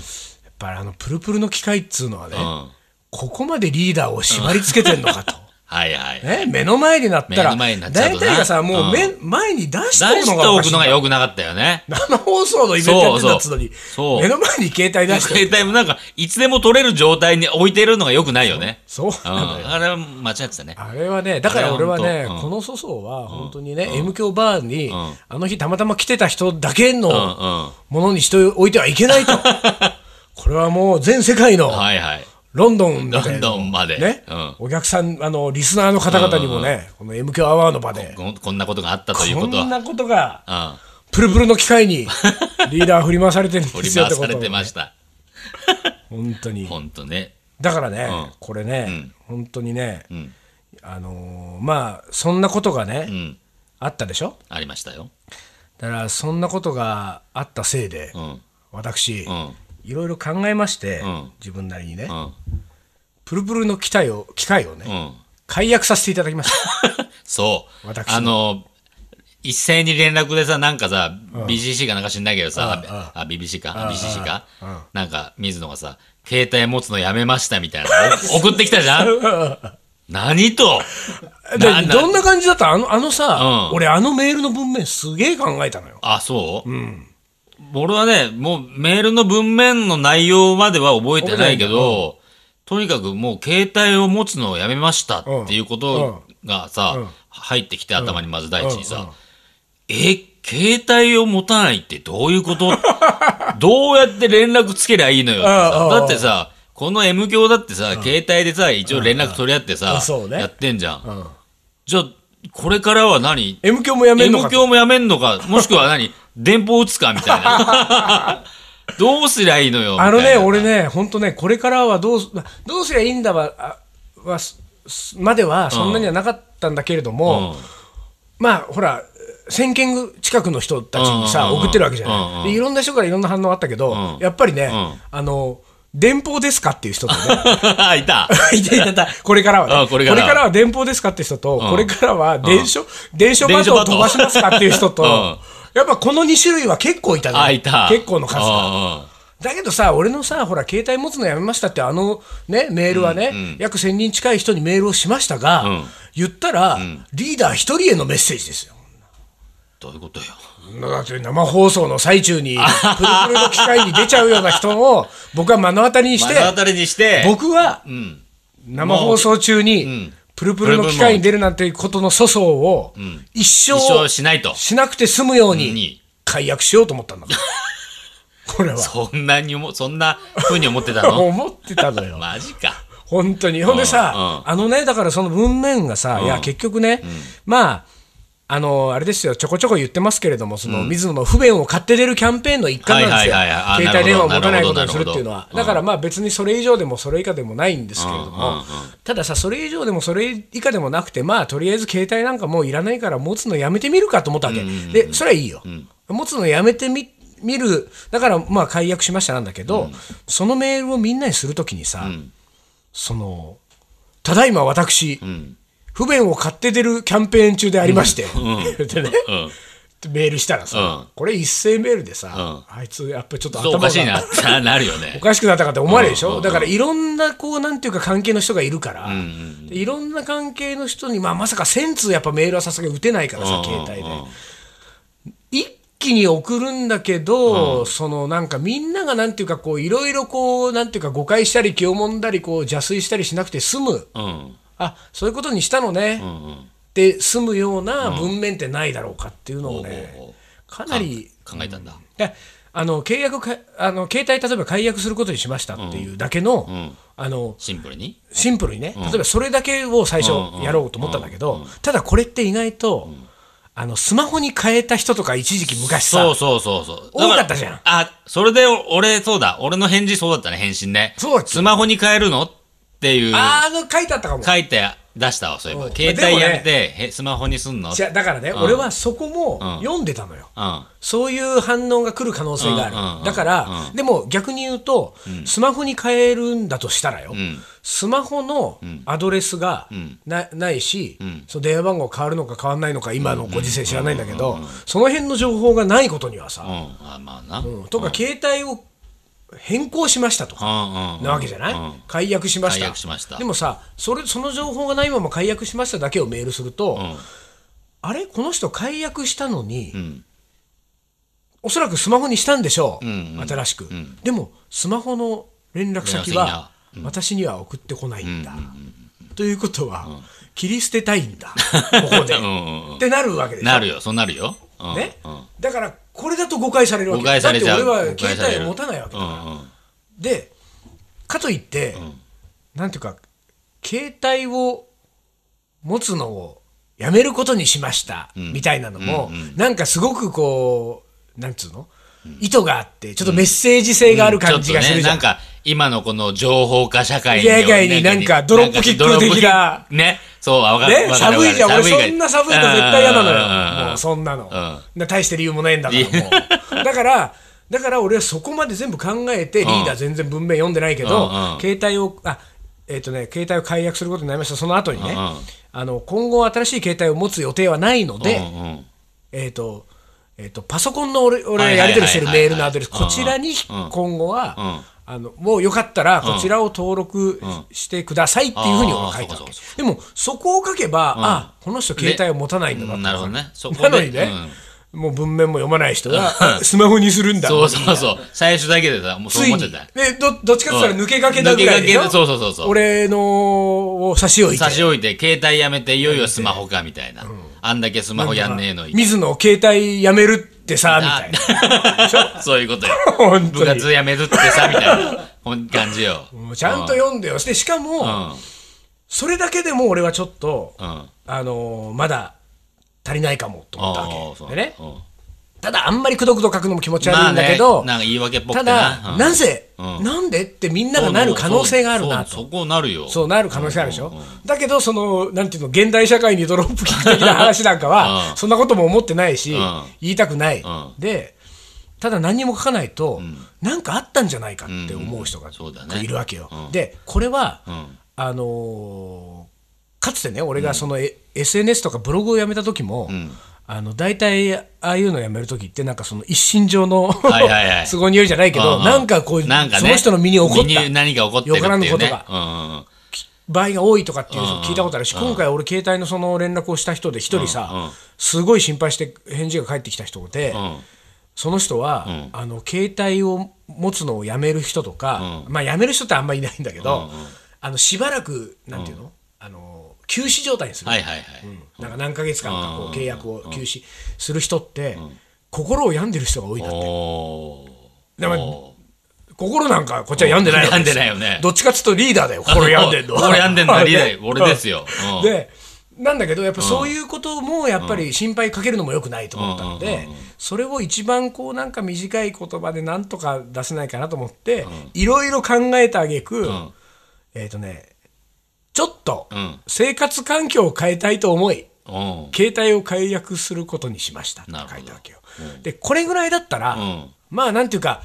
[SPEAKER 1] ぱりあの、プルプルの機械っつうのはね、
[SPEAKER 2] ん
[SPEAKER 1] ここまでリーダーを縛り付けてんのかと。
[SPEAKER 2] はいはい。
[SPEAKER 1] ね、目の前になった
[SPEAKER 2] 目
[SPEAKER 1] ら、
[SPEAKER 2] の前になっ
[SPEAKER 1] 大
[SPEAKER 2] ちゃうとな
[SPEAKER 1] 体がさ、もう目、前に出してお
[SPEAKER 2] 出
[SPEAKER 1] く
[SPEAKER 2] し
[SPEAKER 1] の
[SPEAKER 2] て
[SPEAKER 1] がお
[SPEAKER 2] お
[SPEAKER 1] か
[SPEAKER 2] く
[SPEAKER 1] しい
[SPEAKER 2] のが良くなかったよね。
[SPEAKER 1] 生放送のイベントやってたっつうのに
[SPEAKER 2] そうそうそう
[SPEAKER 1] 目の前に携帯出して
[SPEAKER 2] 携帯もなんか、いつでも取れる状態に置いてるのが良くないよね。
[SPEAKER 1] そう
[SPEAKER 2] うん。あれは間違ってたね。
[SPEAKER 1] あれはね、だから俺は
[SPEAKER 2] あれ
[SPEAKER 1] ね
[SPEAKER 2] は本、当
[SPEAKER 1] この粗相は本当にね、M 響バーに、
[SPEAKER 2] ん
[SPEAKER 1] あの日たまたま来てた人だけ
[SPEAKER 2] うんうん。
[SPEAKER 1] の
[SPEAKER 2] は
[SPEAKER 1] ものにしておいてはいけ
[SPEAKER 2] [laughs]
[SPEAKER 1] ないと。これはもう全世界の
[SPEAKER 2] いはい。
[SPEAKER 1] ロンドンみたいな
[SPEAKER 2] ロンドンまで
[SPEAKER 1] ね
[SPEAKER 2] うん
[SPEAKER 1] お客さん、あの、リスナーの方々にもね、この M 響アワーの場で、
[SPEAKER 2] こんこんなことがあったという
[SPEAKER 1] こ
[SPEAKER 2] こと
[SPEAKER 1] ん
[SPEAKER 2] は。
[SPEAKER 1] なことが、
[SPEAKER 2] うん。
[SPEAKER 1] プルプルの機
[SPEAKER 2] [laughs]
[SPEAKER 1] 会に、リーダー振り回されてるんで
[SPEAKER 2] 振り
[SPEAKER 1] すよっ
[SPEAKER 2] 回
[SPEAKER 1] てこ
[SPEAKER 2] さ
[SPEAKER 1] と
[SPEAKER 2] れ
[SPEAKER 1] を
[SPEAKER 2] て
[SPEAKER 1] ね
[SPEAKER 2] ました。
[SPEAKER 1] 本当に。
[SPEAKER 2] ほんとね。
[SPEAKER 1] だからね、
[SPEAKER 2] うん
[SPEAKER 1] これね、
[SPEAKER 2] うん
[SPEAKER 1] 本当にね、
[SPEAKER 2] ん
[SPEAKER 1] あのーまあそんなことがね、
[SPEAKER 2] うん。
[SPEAKER 1] あったでしょ
[SPEAKER 2] ありましたよ。
[SPEAKER 1] だからそんなことがあったせいで、
[SPEAKER 2] うん。
[SPEAKER 1] 私、
[SPEAKER 2] うん。
[SPEAKER 1] いろいろ考えまして、
[SPEAKER 2] ん
[SPEAKER 1] 自分なりにね、
[SPEAKER 2] うん。
[SPEAKER 1] プルプルの機体を機械をね、
[SPEAKER 2] うん。
[SPEAKER 1] 解約させていただきました。
[SPEAKER 2] そう。
[SPEAKER 1] 私
[SPEAKER 2] あの、一斉に連絡でさ、なんかさ、BGC かなんか知んないけどさ、あ、あ BBC か、BCC か、なんか水野がさ、携帯持つのやめましたみたいなの送ってきたじゃん
[SPEAKER 1] [laughs]
[SPEAKER 2] 何と [laughs]
[SPEAKER 1] で
[SPEAKER 2] なな
[SPEAKER 1] どんな感じだったあのあのさ、
[SPEAKER 2] うん
[SPEAKER 1] 俺あのメールの文面すげえ考えたのよ。
[SPEAKER 2] あ、そううん。俺はね、もうメールの文面の内容までは覚えてないけど、とにかくもう携帯を持つのをやめましたっていうことがさ、入ってきて頭にまず第一にさ、え、携帯を持たないってどういうこと [laughs] どうやって連絡つけりゃいいのよっ
[SPEAKER 1] う
[SPEAKER 2] て
[SPEAKER 1] ん
[SPEAKER 2] さ
[SPEAKER 1] うん。
[SPEAKER 2] だってさ、この M 教だってさ、携帯でさ、一応連絡取り合って
[SPEAKER 1] うんう
[SPEAKER 2] さ
[SPEAKER 1] んそう、ね
[SPEAKER 2] やってんじゃん。じゃあ、これからは何
[SPEAKER 1] M 響もやめんの
[SPEAKER 2] M
[SPEAKER 1] かと
[SPEAKER 2] 教もやめんのか、もしくは
[SPEAKER 1] [laughs]
[SPEAKER 2] 何電報打つかみたいな。どうすりゃいいのよ。みた
[SPEAKER 1] あ
[SPEAKER 2] いな
[SPEAKER 1] のね、俺ね、本当ね、これからはどうす、どうすりゃいいんだは、あはすすまではそんなにはなかったんだけれども、
[SPEAKER 2] [laughs] うん
[SPEAKER 1] まあ、ほら、1000件近くの人たちにさ、
[SPEAKER 2] うんうんうん
[SPEAKER 1] 送ってるわけじゃない、
[SPEAKER 2] うんうん
[SPEAKER 1] でいろんな人からいろんな反応あったけど、
[SPEAKER 2] うん
[SPEAKER 1] やっぱりね、
[SPEAKER 2] ん
[SPEAKER 1] あの、電報ですかっていう人とね、
[SPEAKER 2] [laughs]
[SPEAKER 1] [laughs]
[SPEAKER 2] いた。
[SPEAKER 1] いたいたいたこれからは、
[SPEAKER 2] あ
[SPEAKER 1] ね、
[SPEAKER 2] これから
[SPEAKER 1] は電報ですかって人と、
[SPEAKER 2] ん
[SPEAKER 1] これからは電書、電書バト
[SPEAKER 2] 電書
[SPEAKER 1] ン
[SPEAKER 2] バトン
[SPEAKER 1] 飛ばしますかっていう人と、
[SPEAKER 2] [laughs] うん
[SPEAKER 1] やっぱこの2種類は結構いたね。
[SPEAKER 2] あ、いた。
[SPEAKER 1] 結構の数が。
[SPEAKER 2] が。
[SPEAKER 1] だけどさ、俺のさ、ほら、携帯持つのやめましたって、あのね、メールはね、約1000人近い人にメールをしましたが、
[SPEAKER 2] ん
[SPEAKER 1] 言ったら、リーダー一人へのメッセージですよ。
[SPEAKER 2] どういうことよ。
[SPEAKER 1] だって生放送の最中
[SPEAKER 2] [laughs]
[SPEAKER 1] に、プルプルの機会に出ちゃうような人を、僕は目の当たりにし
[SPEAKER 2] 目
[SPEAKER 1] て
[SPEAKER 2] の、当たりにして、
[SPEAKER 1] 僕は
[SPEAKER 2] ん
[SPEAKER 1] 生放送中に、プルプルの機会に出るなんてことの粗相を、一生
[SPEAKER 2] 一生しないと。
[SPEAKER 1] しなくて済むよう
[SPEAKER 2] うん
[SPEAKER 1] に
[SPEAKER 2] に、
[SPEAKER 1] 解約しようと思
[SPEAKER 2] [laughs]
[SPEAKER 1] ったんだから。これは。
[SPEAKER 2] そんなにも、そんな風に思ってたの
[SPEAKER 1] [laughs] 思ってたのよ。
[SPEAKER 2] マジか。
[SPEAKER 1] 本当に。ほんでさ、あのね、だからその文面がさ、いや、結局ね、まあ、あの、あれですよ、ちょこちょこ言ってますけれども、その、水野の不便を買って出るキャンペーンの一環なんですよ
[SPEAKER 2] はいはいはいはいあ。
[SPEAKER 1] 携帯電話を持たな
[SPEAKER 2] ないる
[SPEAKER 1] こ
[SPEAKER 2] ほ
[SPEAKER 1] と
[SPEAKER 2] ど
[SPEAKER 1] にするっていうのは
[SPEAKER 2] なる。ほど
[SPEAKER 1] だからまあ別にそれ以上でもそれ以下でもないんですけれど
[SPEAKER 2] うんうんう
[SPEAKER 1] も
[SPEAKER 2] ん、
[SPEAKER 1] たださ、それ以上でもそれ以下でもなくて、まあとりあえず携帯なんかもういらないから持つのやめてみるかと思ったわけ。で、それはいいよ。持つのやめてみ、見る。だからまあ解約しましたなんだけど、そのメールをみんなにするときにさ、その、ただいま私、不便を買って出るキャンペーン中でありまして、 [laughs] でね、
[SPEAKER 2] うん。
[SPEAKER 1] メールしたらさ、
[SPEAKER 2] うん
[SPEAKER 1] これ一斉メールでさ、あいつやっぱりちょっと頭
[SPEAKER 2] そう
[SPEAKER 1] が
[SPEAKER 2] おかしいな、
[SPEAKER 1] [laughs]
[SPEAKER 2] ななるよ
[SPEAKER 1] お
[SPEAKER 2] ね。
[SPEAKER 1] かしくなったかって思われるでしょ、
[SPEAKER 2] うんうん
[SPEAKER 1] だからいろんなこうなんていうか関係の人がいるから、でいろんな関係の人に、まあ、まさか1000通やっぱメールはさすがに打てないからさ、携帯で、一気に送るんだけど、そのなんかみんながなんていうかこういろいろこうなんていうか誤解したり気をもんだりこう邪推したりしなくて済む
[SPEAKER 2] うん。うん
[SPEAKER 1] あそういうことにしたのね、
[SPEAKER 2] うんうん。
[SPEAKER 1] って済むような文面ってないだろうかっていうのをね、
[SPEAKER 2] おうおうおう
[SPEAKER 1] かなり
[SPEAKER 2] 考えたんだ。
[SPEAKER 1] であの契約かあの携帯例えば解約することにしましたっていうだけの,、
[SPEAKER 2] ん
[SPEAKER 1] あの
[SPEAKER 2] シンプルに。
[SPEAKER 1] シンプルにね、例えばそれだけを最初
[SPEAKER 2] うんうん
[SPEAKER 1] やろうと思ったんだけど、ただこれって意外と、あのスマホに変えた人とか一時期昔さ
[SPEAKER 2] そうそうそうそう。だら
[SPEAKER 1] 多かったじゃん
[SPEAKER 2] あ、それでお俺、そうだ。俺の返事そうだったね、返信ね。
[SPEAKER 1] そうだっけ
[SPEAKER 2] スマホに変えるのっていう、
[SPEAKER 1] あーあの書いてあったかも
[SPEAKER 2] 書いて出したわ、そういえ
[SPEAKER 1] う
[SPEAKER 2] ば。
[SPEAKER 1] ん
[SPEAKER 2] 携
[SPEAKER 1] でも
[SPEAKER 2] 帯
[SPEAKER 1] ね
[SPEAKER 2] やめて、へスマホにすんの
[SPEAKER 1] じゃだからね、
[SPEAKER 2] うん
[SPEAKER 1] 俺はそこも
[SPEAKER 2] うん
[SPEAKER 1] 読んでたのよ、
[SPEAKER 2] うん。
[SPEAKER 1] そういう反応が来る可能性がある、
[SPEAKER 2] うんうんうん
[SPEAKER 1] だから、でも逆に言うと、スマホに変えるんだとしたらよ、
[SPEAKER 2] ん
[SPEAKER 1] スマホのアドレスがな,、ないし、その電話番号変わるのか変わらないのか、今のご時世知らないんだけど、その辺の情報がないことにはさ、
[SPEAKER 2] うん。あ、まあな。
[SPEAKER 1] うんとか、携帯を変更しましたとか
[SPEAKER 2] うんうんうん
[SPEAKER 1] なわけじゃない、
[SPEAKER 2] うん
[SPEAKER 1] 解約しました
[SPEAKER 2] 解約しました
[SPEAKER 1] でもさそれその情報がないまま解約しましただけをメールすると、
[SPEAKER 2] ん
[SPEAKER 1] あれこの人解約したのに、
[SPEAKER 2] ん
[SPEAKER 1] おそらくスマホにしたんでしょう、
[SPEAKER 2] んうん
[SPEAKER 1] 新しく、でもスマホの連絡先
[SPEAKER 2] 連絡先
[SPEAKER 1] は
[SPEAKER 2] が
[SPEAKER 1] 私には送ってこないんだ、ということは、切り捨てたいん
[SPEAKER 2] [laughs]
[SPEAKER 1] だここで、
[SPEAKER 2] うんうんうん
[SPEAKER 1] ってなるわけでしょ
[SPEAKER 2] なるよ、そうなるよ。うん
[SPEAKER 1] ね
[SPEAKER 2] うん
[SPEAKER 1] だからこれだと誤解されるわ
[SPEAKER 2] 誤
[SPEAKER 1] け
[SPEAKER 2] 解されちゃ
[SPEAKER 1] だ
[SPEAKER 2] う。
[SPEAKER 1] って俺は
[SPEAKER 2] 誤解さ
[SPEAKER 1] 携
[SPEAKER 2] れ
[SPEAKER 1] 帯
[SPEAKER 2] る
[SPEAKER 1] を持たないわけ
[SPEAKER 2] う
[SPEAKER 1] だ
[SPEAKER 2] ん
[SPEAKER 1] か
[SPEAKER 2] う
[SPEAKER 1] ら、
[SPEAKER 2] ん
[SPEAKER 1] でかといって、なんていうか携帯を持つのをやめることにしました、みたいなのも、なんかすごくこうなんつうの、意図があってちょっとメッセージ性がある感じがするじゃん、
[SPEAKER 2] ちょっとね、なんか、今のこの情報化社会に。
[SPEAKER 1] いやいやいやなんかドロップキック的な
[SPEAKER 2] ドロップキックね。そう、わかる。
[SPEAKER 1] ね、
[SPEAKER 2] わかる
[SPEAKER 1] 寒いじゃん、
[SPEAKER 2] わ
[SPEAKER 1] 俺、
[SPEAKER 2] かる
[SPEAKER 1] そんな寒いの絶対嫌なのよ、もう
[SPEAKER 2] う
[SPEAKER 1] そんなの
[SPEAKER 2] う、
[SPEAKER 1] な大して理由もないんだから、もう。だから、だから俺はそこまで全部考えて、リーダー全然文面読んでないけど
[SPEAKER 2] うんう、ん
[SPEAKER 1] 携帯を、あえっとね、携帯を解約することになりました、その後にね
[SPEAKER 2] うんうん、
[SPEAKER 1] あの今後、新しい携帯を持つ予定はないの
[SPEAKER 2] ん
[SPEAKER 1] で、
[SPEAKER 2] うんうん
[SPEAKER 1] えっと、えっと、パソコンの俺、俺が
[SPEAKER 2] はい
[SPEAKER 1] や
[SPEAKER 2] はいはいはい
[SPEAKER 1] り取りしてるメールのアドレス、
[SPEAKER 2] うんうん
[SPEAKER 1] こちらに
[SPEAKER 2] うん
[SPEAKER 1] 今後
[SPEAKER 2] う
[SPEAKER 1] は
[SPEAKER 2] ん、
[SPEAKER 1] あの、もうよかったら、こちらを登録ししてくださいっていうふうに俺は書いたわ
[SPEAKER 2] あーそう
[SPEAKER 1] け
[SPEAKER 2] かそう。
[SPEAKER 1] でも、そこを書けば、あ、この人携帯を持たないんだ
[SPEAKER 2] う
[SPEAKER 1] なんな
[SPEAKER 2] なるほどね。そこ
[SPEAKER 1] な
[SPEAKER 2] で
[SPEAKER 1] のにね、もう文面も読まない人
[SPEAKER 2] [laughs]
[SPEAKER 1] が、スマホにするん
[SPEAKER 2] うん
[SPEAKER 1] だ。
[SPEAKER 2] そうそうそう。最初だけでさ、もうそう
[SPEAKER 1] つい
[SPEAKER 2] 思っ
[SPEAKER 1] に。
[SPEAKER 2] ちゃ
[SPEAKER 1] で
[SPEAKER 2] った。、
[SPEAKER 1] ど、どっちかって言ったら抜けかけだぐらいでし
[SPEAKER 2] 抜け駆けだ
[SPEAKER 1] ょ
[SPEAKER 2] そうそうそうそう
[SPEAKER 1] 俺のを差し置いて
[SPEAKER 2] 差。し置いて、携帯やめて、いよいよスマホか、みたいな。あんだけスマホやんねえのに。
[SPEAKER 1] 水野、携帯やめるってさ、みたいな。
[SPEAKER 2] な。 [laughs] そういうことよ
[SPEAKER 1] 本当。に
[SPEAKER 2] 部活やめるってさ、みたいなほん感じよ。
[SPEAKER 1] もうちゃんと読んでよ。で、しかも、
[SPEAKER 2] うん。
[SPEAKER 1] それだけでも俺はちょっと、
[SPEAKER 2] うん。
[SPEAKER 1] あのーまだ足りないかもと思った
[SPEAKER 2] ああ、そ
[SPEAKER 1] わ
[SPEAKER 2] う。
[SPEAKER 1] けでね
[SPEAKER 2] うん
[SPEAKER 1] ただあんまりくどくど書くのも気持ち
[SPEAKER 2] ま
[SPEAKER 1] 悪い
[SPEAKER 2] あ
[SPEAKER 1] ん
[SPEAKER 2] ね
[SPEAKER 1] だけど、
[SPEAKER 2] なんか言い訳っぽく
[SPEAKER 1] た
[SPEAKER 2] て
[SPEAKER 1] だ、
[SPEAKER 2] うん
[SPEAKER 1] なぜ、
[SPEAKER 2] うん
[SPEAKER 1] なんでってみんながなる可能性があるな
[SPEAKER 2] そう
[SPEAKER 1] と。
[SPEAKER 2] そうそこなるよ。
[SPEAKER 1] そうなる可能性あるでしょ、
[SPEAKER 2] うんうんうん
[SPEAKER 1] だけど、その、なんていうの、現代社会にドロップキック的な話なんか
[SPEAKER 2] [laughs]
[SPEAKER 1] は、
[SPEAKER 2] うん
[SPEAKER 1] そんなことも思ってないし、
[SPEAKER 2] ん
[SPEAKER 1] 言いたくない、
[SPEAKER 2] ん
[SPEAKER 1] で、ただ何にも書かないと、なんかあったんじゃないかって思う人が
[SPEAKER 2] んそうだね
[SPEAKER 1] いるわけよ。
[SPEAKER 2] うん
[SPEAKER 1] で、これは、
[SPEAKER 2] ん
[SPEAKER 1] あのーかつてね、俺がその、え SNS とかブログをやめた時も、あの大体ああいうのやめる時ってなんかその一心上の
[SPEAKER 2] はいはいはい
[SPEAKER 1] [laughs] 都合によりじゃないけど、
[SPEAKER 2] うう
[SPEAKER 1] なんかこう
[SPEAKER 2] なんかね
[SPEAKER 1] その人の身に起こっ
[SPEAKER 2] 身
[SPEAKER 1] た
[SPEAKER 2] に何か起こってるっ
[SPEAKER 1] よ
[SPEAKER 2] て
[SPEAKER 1] からぬ
[SPEAKER 2] いう
[SPEAKER 1] こと
[SPEAKER 2] ね
[SPEAKER 1] が。
[SPEAKER 2] うんうんうん
[SPEAKER 1] 場合が多いとかっていうのを聞いたことあるし、今回俺携帯のその連絡をした人で一人
[SPEAKER 2] うんう
[SPEAKER 1] さ
[SPEAKER 2] ん、
[SPEAKER 1] すごい心配して返事が返ってきた人で、その人は、あの、携帯を持つのをやめる人とか、まあやめる人ってあんまりいないんだけど、あの、しばらく、なんていうのあの、休止状態にする
[SPEAKER 2] は。いはいはい。
[SPEAKER 1] なんか何ヶ月間かこう契約を休止する人って、心を病んでる人が多いな。
[SPEAKER 2] お
[SPEAKER 1] でも
[SPEAKER 2] お
[SPEAKER 1] 心なんかこっちは病んでないわけ
[SPEAKER 2] 病ん
[SPEAKER 1] す
[SPEAKER 2] でないよね。
[SPEAKER 1] どっちかっつうとリーダーだよ、心病んでん [laughs] のは。
[SPEAKER 2] [laughs] 心病んでんのはリーダーよ
[SPEAKER 1] ね
[SPEAKER 2] 俺ですようん
[SPEAKER 1] で、なんだけど、やっぱそういうこともやっぱり心配かけるのも良くないと思ったので、それを一番こうなんか短い言葉でなんとか出せないかなと思って、いろいろ考えたあげく、えっとね、ちょっと
[SPEAKER 2] うん
[SPEAKER 1] 生活環境を変えたいと思い、
[SPEAKER 2] うん。
[SPEAKER 1] 携帯を解約することにしましたって書いたわけよ。で、これぐらいだったら、
[SPEAKER 2] ん
[SPEAKER 1] まあなんていうか、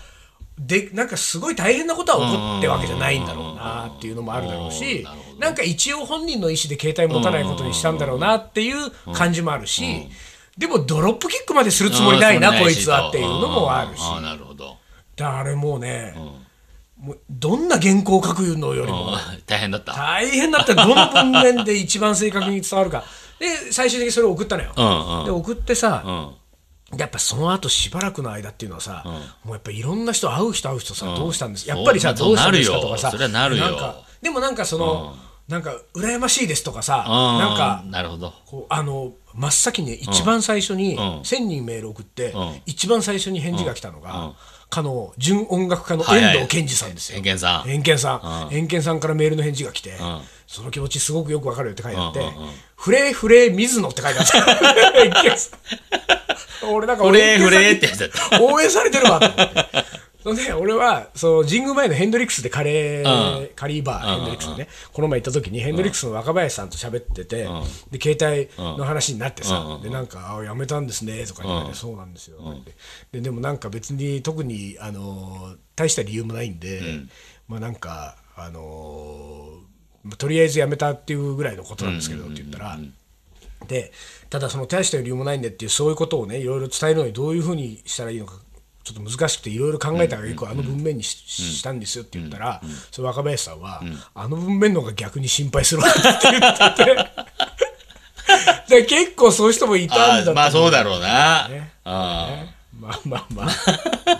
[SPEAKER 1] で、なんかすごい大変なことは起こってわけじゃないんだろうなっていうのもあるだろうし、なんか一応本人の意思で携帯持たないことにしたんだろうなっていう感じもあるし、でもドロップキックまでするつもりないな、
[SPEAKER 2] うん
[SPEAKER 1] こいつはっていうのもあるし
[SPEAKER 2] うん、あなるほど。
[SPEAKER 1] だからあれもうね、もうどんな原稿を書くのよりも、
[SPEAKER 2] うん大変だった。
[SPEAKER 1] 大変だったらどの文面で一番正確に伝わるか。で、最終的にそれを送ったのよ。
[SPEAKER 2] うんうん
[SPEAKER 1] で、送ってさ、
[SPEAKER 2] うん。
[SPEAKER 1] やっぱその後しばらくの間っていうのはさ、もうやっぱいろんな人、会う人、会う人さ、どうしたんですやっぱりさ、
[SPEAKER 2] そ
[SPEAKER 1] ど
[SPEAKER 2] う
[SPEAKER 1] うしたんですか
[SPEAKER 2] なる
[SPEAKER 1] と
[SPEAKER 2] よ
[SPEAKER 1] かさ、
[SPEAKER 2] それはなるよ
[SPEAKER 1] んかでもなんかその、なんか羨ましいですとかさ、
[SPEAKER 2] うん
[SPEAKER 1] なんか
[SPEAKER 2] なるほど。
[SPEAKER 1] こうあの真っ先に一番最初に
[SPEAKER 2] ん
[SPEAKER 1] 1000人メール送って、
[SPEAKER 2] ん
[SPEAKER 1] 一番最初に返事が来たのが、かの純音楽家の
[SPEAKER 2] はいはい
[SPEAKER 1] 遠藤健二さんですよ。
[SPEAKER 2] 遠健さん
[SPEAKER 1] 遠健さん、遠健さんからメールの返事が来て、その気持ちすごくよくわかるよって書いてあって、フレーフレー水野って書いてあった。 [laughs] 遠健さん俺なんか俺遠
[SPEAKER 2] フレーフレー
[SPEAKER 1] 健
[SPEAKER 2] っ
[SPEAKER 1] さん
[SPEAKER 2] て
[SPEAKER 1] に応援されてるわと思って。そんで俺はその神宮前のヘンドリックスでカレー、カリーバー、ヘンドリックスでね、この前行った時にヘンドリックスの若林さんと喋ってて、で携帯の話になってさ、でなんかあ「やめたんですね」とか言われて、そうなんですよ」ってででもなんか別に特に、あのー大した理由もないんで、まあなんか、あのーまあとりあえずやめたっていうぐらいのことなんですけど、って言ったら。でただその大した理由もないんでっていうそういうことをねいろいろ伝えるのにどういうふうにしたらいいのかちちょっと難しくていろいろ考えたが結構あの文面にし,、したんですよって言ったら、その若林さんは、あの文面の方が逆に心配するわって言っててだ
[SPEAKER 2] [laughs]
[SPEAKER 1] から結構そういう人もいたんだと思
[SPEAKER 2] まあそうだろうな。
[SPEAKER 1] ね
[SPEAKER 2] あ
[SPEAKER 1] まあまあまあ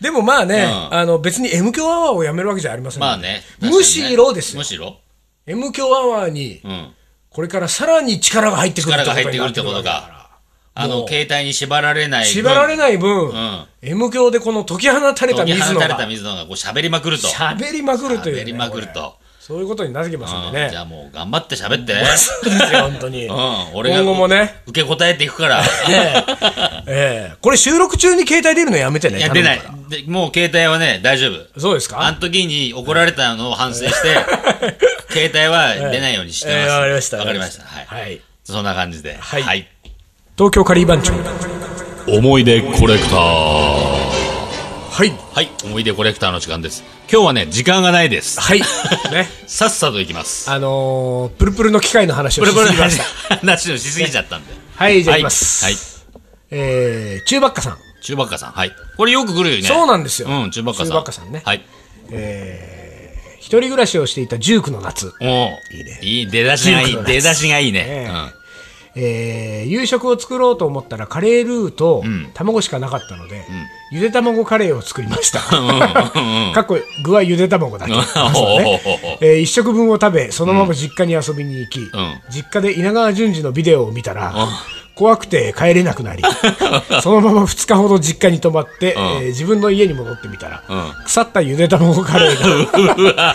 [SPEAKER 1] でもまあね、
[SPEAKER 2] うん
[SPEAKER 1] あの別に M 強アワーをやめるわけじゃありませんの
[SPEAKER 2] ま
[SPEAKER 1] で
[SPEAKER 2] あね。
[SPEAKER 1] むしろですよ
[SPEAKER 2] むしろ。
[SPEAKER 1] M 強アワーに
[SPEAKER 2] うん。
[SPEAKER 1] これからさらに力が入ってくるってことになってくるわけだ
[SPEAKER 2] 力が入ってくるって
[SPEAKER 1] か
[SPEAKER 2] あ
[SPEAKER 1] も
[SPEAKER 2] の、
[SPEAKER 1] う
[SPEAKER 2] 携帯に縛られない
[SPEAKER 1] ら
[SPEAKER 2] 分。
[SPEAKER 1] 縛られない分、
[SPEAKER 2] ん
[SPEAKER 1] M 強でこの解き放たれた
[SPEAKER 2] 解き
[SPEAKER 1] 水
[SPEAKER 2] 放
[SPEAKER 1] 野
[SPEAKER 2] たれた
[SPEAKER 1] が
[SPEAKER 2] 水野がこう喋りまくると。
[SPEAKER 1] 喋りまくるという、ね、
[SPEAKER 2] 喋りまくると
[SPEAKER 1] これそういうことになってきます
[SPEAKER 2] うんん
[SPEAKER 1] でね、
[SPEAKER 2] じゃあもう頑張って
[SPEAKER 1] [laughs]
[SPEAKER 2] 喋って。
[SPEAKER 1] そうですよ本当に、
[SPEAKER 2] うん。俺が
[SPEAKER 1] 今後もね
[SPEAKER 2] 受け答えていく
[SPEAKER 1] [laughs]
[SPEAKER 2] から。
[SPEAKER 1] ええええこれ収録中に携帯出るのやめてね
[SPEAKER 2] [laughs] いや、出ない
[SPEAKER 1] 頼むか。
[SPEAKER 2] でもう携帯はね、大丈夫。
[SPEAKER 1] らそうですか
[SPEAKER 2] あの時に怒られたのを反省
[SPEAKER 1] [laughs]
[SPEAKER 2] して、携帯は出ないようにしてます。
[SPEAKER 1] ええわかりました
[SPEAKER 2] わかりました。はい。
[SPEAKER 1] はい
[SPEAKER 2] そんな感じで。
[SPEAKER 1] はい
[SPEAKER 2] はい。
[SPEAKER 1] 東京カリー番長
[SPEAKER 2] 思い出コレクター。は
[SPEAKER 1] はい
[SPEAKER 2] い。思い出コレクターの時間です。今日はね、時間がないです。
[SPEAKER 1] はいね
[SPEAKER 2] さっさと行きます。
[SPEAKER 1] あのー、プルプルの機械の話を
[SPEAKER 2] プ
[SPEAKER 1] し
[SPEAKER 2] ル
[SPEAKER 1] す
[SPEAKER 2] プルの
[SPEAKER 1] ぎまし
[SPEAKER 2] 話
[SPEAKER 1] た
[SPEAKER 2] [laughs] 話をしすぎちゃったんで。
[SPEAKER 1] はいじゃあ
[SPEAKER 2] はい
[SPEAKER 1] き
[SPEAKER 2] い。は
[SPEAKER 1] ます、
[SPEAKER 2] い。
[SPEAKER 1] えー、中ばっかさん
[SPEAKER 2] 中ばっかさん。はい。これよく来るよね。
[SPEAKER 1] そうなんですよ
[SPEAKER 2] うん、中ばっかさん。
[SPEAKER 1] 中ばっかさんね
[SPEAKER 2] はい。
[SPEAKER 1] 一人暮らしをしていた19の夏
[SPEAKER 2] おお。いいね。いい、出だしがい
[SPEAKER 1] 中
[SPEAKER 2] い。
[SPEAKER 1] 華です
[SPEAKER 2] 出だしがいいね
[SPEAKER 1] ね。えー夕食を作ろうと思ったらカレールーと
[SPEAKER 2] ん卵
[SPEAKER 1] 卵しかなかったので、ゆで卵カレーを作りました。
[SPEAKER 2] [laughs] うん。うんうんうん。
[SPEAKER 1] かっこ具はゆで卵だけ、
[SPEAKER 2] うん
[SPEAKER 1] そうねえー一食分を食べそのまま実家に遊びに行き、
[SPEAKER 2] ん
[SPEAKER 1] 実家で稲川淳二のビデオを見たら、怖くて帰れなく
[SPEAKER 2] [laughs]
[SPEAKER 1] なりそのまま2日ほど実家に泊まって、えー自分の家に戻ってみたら、腐ったゆで卵カレーが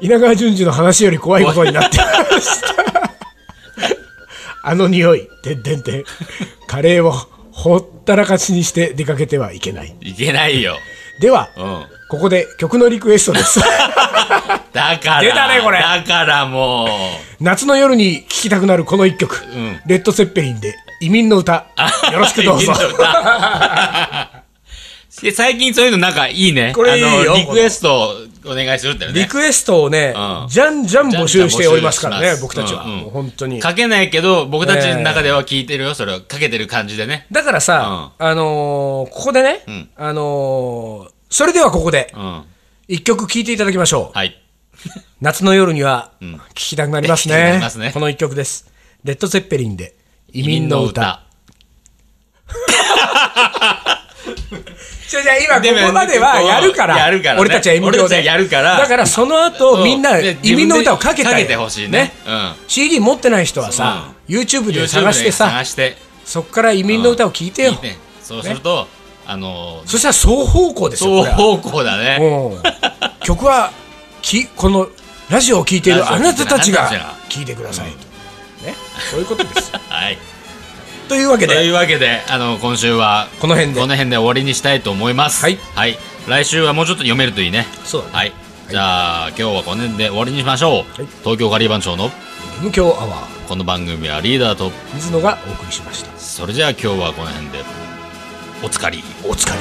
[SPEAKER 1] 稲川淳二の話より怖いことになってましたあの匂いてんてんてんカレーをほったらかしにして出かけてはいけない
[SPEAKER 2] いけないよ。
[SPEAKER 1] では、
[SPEAKER 2] うん。
[SPEAKER 1] ここで曲のリクエスト
[SPEAKER 2] [laughs]
[SPEAKER 1] です
[SPEAKER 2] だから。
[SPEAKER 1] 出たねこれ
[SPEAKER 2] だからもう。
[SPEAKER 1] 夏の夜に聴きたくなるこの一曲、
[SPEAKER 2] ん
[SPEAKER 1] レッド・セッペリンで「移民の歌」よろしくどうぞ
[SPEAKER 2] [laughs] いけんのだで最近そういうのなんかいいね。
[SPEAKER 1] これいいよ
[SPEAKER 2] あのリクエストお願いするって
[SPEAKER 1] リ
[SPEAKER 2] ね。
[SPEAKER 1] クエストをね、
[SPEAKER 2] うん
[SPEAKER 1] じゃんじゃん募集しておりますから
[SPEAKER 2] じ
[SPEAKER 1] ね
[SPEAKER 2] ゃんじゃん募
[SPEAKER 1] 僕
[SPEAKER 2] 集します
[SPEAKER 1] たちは、
[SPEAKER 2] うんうん
[SPEAKER 1] もう本当に
[SPEAKER 2] かけないけど、僕たちの中では聞いてるよ。それをかけてる感じでね。
[SPEAKER 1] だからさ、あのーここでね、
[SPEAKER 2] ん
[SPEAKER 1] あのーそれではここで
[SPEAKER 2] うん。
[SPEAKER 1] 一曲聴いていただきましょう、
[SPEAKER 2] はい。
[SPEAKER 1] 夏の夜には聴きたくなります
[SPEAKER 2] 聴きたくな
[SPEAKER 1] ね,、
[SPEAKER 2] りますね
[SPEAKER 1] この一曲ですレッド・セッペリンで「移民の歌。」。じゃあじゃあ今
[SPEAKER 2] でも
[SPEAKER 1] ここまではやるから
[SPEAKER 2] やるからね
[SPEAKER 1] 俺たちは M 響
[SPEAKER 2] 俺たちは
[SPEAKER 1] で
[SPEAKER 2] やるから
[SPEAKER 1] だからその後みんな
[SPEAKER 2] で
[SPEAKER 1] 移民の歌をかけたよ
[SPEAKER 2] かけてほしいね。うん。
[SPEAKER 1] CD 持ってない人はさ、YouTube で探して
[SPEAKER 2] YouTube で
[SPEAKER 1] さ
[SPEAKER 2] 探して。
[SPEAKER 1] そこから移民の歌を聴いてよ、
[SPEAKER 2] いいね。そうすると、あのー、
[SPEAKER 1] そしたら双方向ですよこ
[SPEAKER 2] 双
[SPEAKER 1] れは
[SPEAKER 2] 方向だね。
[SPEAKER 1] うん曲はきこのラジオを聴いているあなたたち
[SPEAKER 2] ラ
[SPEAKER 1] が
[SPEAKER 2] ジオを聴いてるあなたた
[SPEAKER 1] 聴いてくださいと、ね、そういうことです
[SPEAKER 2] はい。
[SPEAKER 1] というわけ
[SPEAKER 2] とい
[SPEAKER 1] で
[SPEAKER 2] うわけで、あの、今週は、
[SPEAKER 1] この辺で
[SPEAKER 2] この辺で終わりにしたいと思います。
[SPEAKER 1] はい
[SPEAKER 2] 来週はもうちょっと読めるといいね。
[SPEAKER 1] そうだね
[SPEAKER 2] はい。じゃあ、今日はこの辺で終わりにしましょう。
[SPEAKER 1] はい
[SPEAKER 2] 東京ガリバン長の
[SPEAKER 1] 「M 強アワー
[SPEAKER 2] この番組はリーダーと、」
[SPEAKER 1] 水野がお送りしました
[SPEAKER 2] それじゃあ今日はこの辺で、おつかり。
[SPEAKER 1] お疲れ